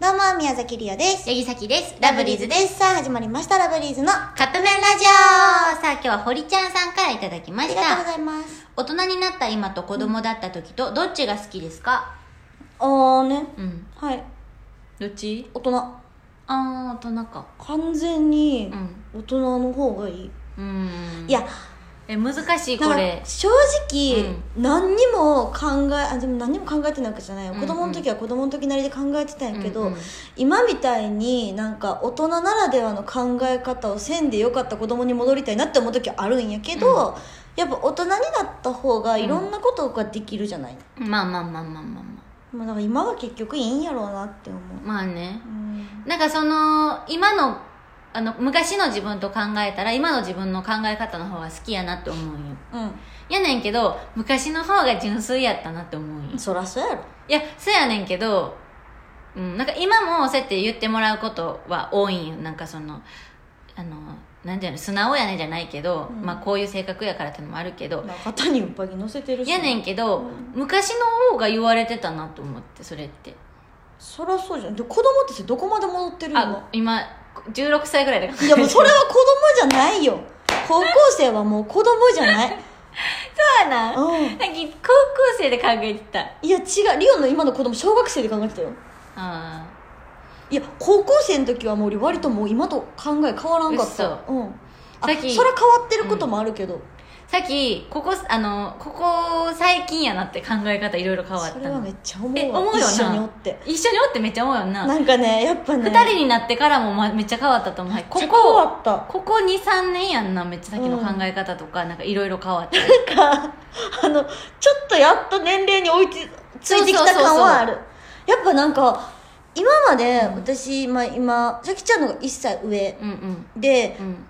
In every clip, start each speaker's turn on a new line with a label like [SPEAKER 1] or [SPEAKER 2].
[SPEAKER 1] どうも、宮崎りおです。
[SPEAKER 2] ヤギサキです。
[SPEAKER 1] ラブリーズです。さあ、始まりました、ラブリーズの。あ
[SPEAKER 2] カップ麺ラジオさあ今日は堀ちゃんさんからいただきま
[SPEAKER 1] り
[SPEAKER 2] し
[SPEAKER 1] がとうご
[SPEAKER 2] た。
[SPEAKER 1] ざいます。
[SPEAKER 2] 大人になった今と子供だった時とどっちが好きですか
[SPEAKER 1] あーね。
[SPEAKER 2] うん。
[SPEAKER 1] はい。
[SPEAKER 2] どっち
[SPEAKER 1] 大人。
[SPEAKER 2] あー、大人か。
[SPEAKER 1] 完全に
[SPEAKER 2] う、ん。
[SPEAKER 1] 大人の方がいい。
[SPEAKER 2] うーん。
[SPEAKER 1] いや、
[SPEAKER 2] え、難しい
[SPEAKER 1] だ
[SPEAKER 2] こ
[SPEAKER 1] か
[SPEAKER 2] れ
[SPEAKER 1] ら。正直、何にも考え、あ、でも何にも考えてないわけじゃないよ。
[SPEAKER 2] うんう
[SPEAKER 1] 子
[SPEAKER 2] ん
[SPEAKER 1] 供の時は子供の時なりで考えてたんやけど、
[SPEAKER 2] うんうん
[SPEAKER 1] 今みたいになんか大人ならではの考え方をせんでよかった子供に戻りたいなって思う時はあるんやけど、やっぱ大人になった方がいろんなことができるじゃない。
[SPEAKER 2] まあまあまあまあまあま
[SPEAKER 1] まあ、だから今が結局いいんやろうなって思う
[SPEAKER 2] あ。、まあね
[SPEAKER 1] う。ん、
[SPEAKER 2] なんかその、今の、あの、昔の自分と考えたら今の自分の考え方の方が好きやなって思うんよ。やねんけど、昔の方が純粋やったなって思うんよ
[SPEAKER 1] う。ん、そらそうやろ
[SPEAKER 2] いや、そうやねんけど、うん、なんか今もそうやって言ってもらうことは多いんよ。なんかその、あの、なんていうの、素直やねんじゃないけど、
[SPEAKER 1] うん
[SPEAKER 2] まあこういう性格やからってのもあるけど、
[SPEAKER 1] まあ肩にうっぱぎ乗せてるし
[SPEAKER 2] やねんけど、昔の方が言われてたなと思って、それって。
[SPEAKER 1] そらそうじゃんで子供ってさどこまで戻ってるの
[SPEAKER 2] あ、今、16歳ぐらいだから。
[SPEAKER 1] いやも うそれは子供じゃないよ高校生はもう子供じゃない
[SPEAKER 2] そうやな
[SPEAKER 1] う
[SPEAKER 2] さ
[SPEAKER 1] ん
[SPEAKER 2] っき高校生で考えてた。
[SPEAKER 1] いや違うリオンの今の子供小学生で考えてたよ
[SPEAKER 2] あ
[SPEAKER 1] いや高校生の時はもう俺割ともう今と考え変わらんかった
[SPEAKER 2] 嘘
[SPEAKER 1] うんあそ
[SPEAKER 2] さ
[SPEAKER 1] れ
[SPEAKER 2] っき
[SPEAKER 1] 変わってることもあるけど、
[SPEAKER 2] ーさっき、ここ、あの、ここ最近やなって考え方いろいろ変わった
[SPEAKER 1] それは
[SPEAKER 2] の
[SPEAKER 1] め。っちゃ思うわ
[SPEAKER 2] え思うよな
[SPEAKER 1] 一緒におって
[SPEAKER 2] 一緒におってめっちゃ思うよんな。
[SPEAKER 1] なんかねやっぱね
[SPEAKER 2] 二人になってからも、ま、めっちゃ変わったと思うこ
[SPEAKER 1] めっちゃ変わ
[SPEAKER 2] こ
[SPEAKER 1] った
[SPEAKER 2] ここ23年やんなめっちゃ先の考え方とか、なんかいろいろ変わって
[SPEAKER 1] かあのちょっとやっと年齢に追いつついてきた
[SPEAKER 2] そうそうそう
[SPEAKER 1] 感
[SPEAKER 2] そう
[SPEAKER 1] はあるやっぱなんか今まで私、まあ、今さきちゃんのが1歳上
[SPEAKER 2] うんうん
[SPEAKER 1] で
[SPEAKER 2] うん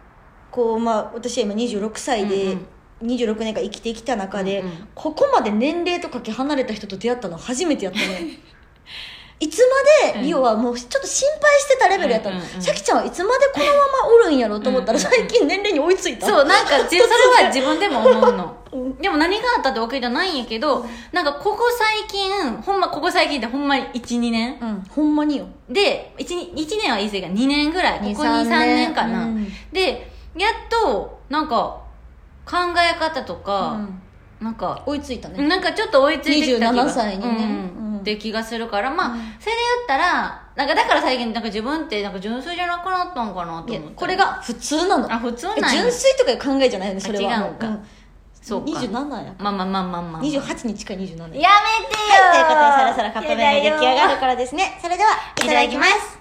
[SPEAKER 1] こう、まあ、私は今26歳で、
[SPEAKER 2] うん
[SPEAKER 1] 26年間生きてきた中で、
[SPEAKER 2] うんうん
[SPEAKER 1] ここまで年齢とかけ離れた人と出会ったの初めて やったねいつまでリオはもうちょっと心配してたレベルやったの、
[SPEAKER 2] うんうんうん
[SPEAKER 1] さきちゃんはいつまでこのままおるんやろと思ったら
[SPEAKER 2] うんうんう
[SPEAKER 1] 最
[SPEAKER 2] ん
[SPEAKER 1] 近年齢に追いついた
[SPEAKER 2] そうなんかじそれは自分でも思うの
[SPEAKER 1] うん
[SPEAKER 2] でも何があったってわけじゃないんやけど、なんかここ最近ほんまここ最近ってほんまに12年
[SPEAKER 1] うんほんまによ
[SPEAKER 2] で 1, 1年は言い過ぎか2年ぐらいここ23年かな、
[SPEAKER 1] うん
[SPEAKER 2] でやっとなんか考え方とか、なんか
[SPEAKER 1] 追いついたね、
[SPEAKER 2] なんかちょっと追いついてきた気が
[SPEAKER 1] 27歳にね
[SPEAKER 2] うん
[SPEAKER 1] うん
[SPEAKER 2] って気がするからまあ、
[SPEAKER 1] うん
[SPEAKER 2] それで言ったらなんかだから最近なんか自分ってなんか純粋じゃなくなったんかなと
[SPEAKER 1] いや
[SPEAKER 2] 思って
[SPEAKER 1] これが普通なの
[SPEAKER 2] あ普通なんや
[SPEAKER 1] 純粋とかいう考えじゃないよねそれは
[SPEAKER 2] あ違うんか
[SPEAKER 1] ん
[SPEAKER 2] そうか
[SPEAKER 1] 27や
[SPEAKER 2] まあまあまあまあまあ、
[SPEAKER 1] 二十八に近い27
[SPEAKER 2] やめてよ
[SPEAKER 1] はいということでさらさらカップ麺が出来上がるからですねそれではい
[SPEAKER 2] ただきます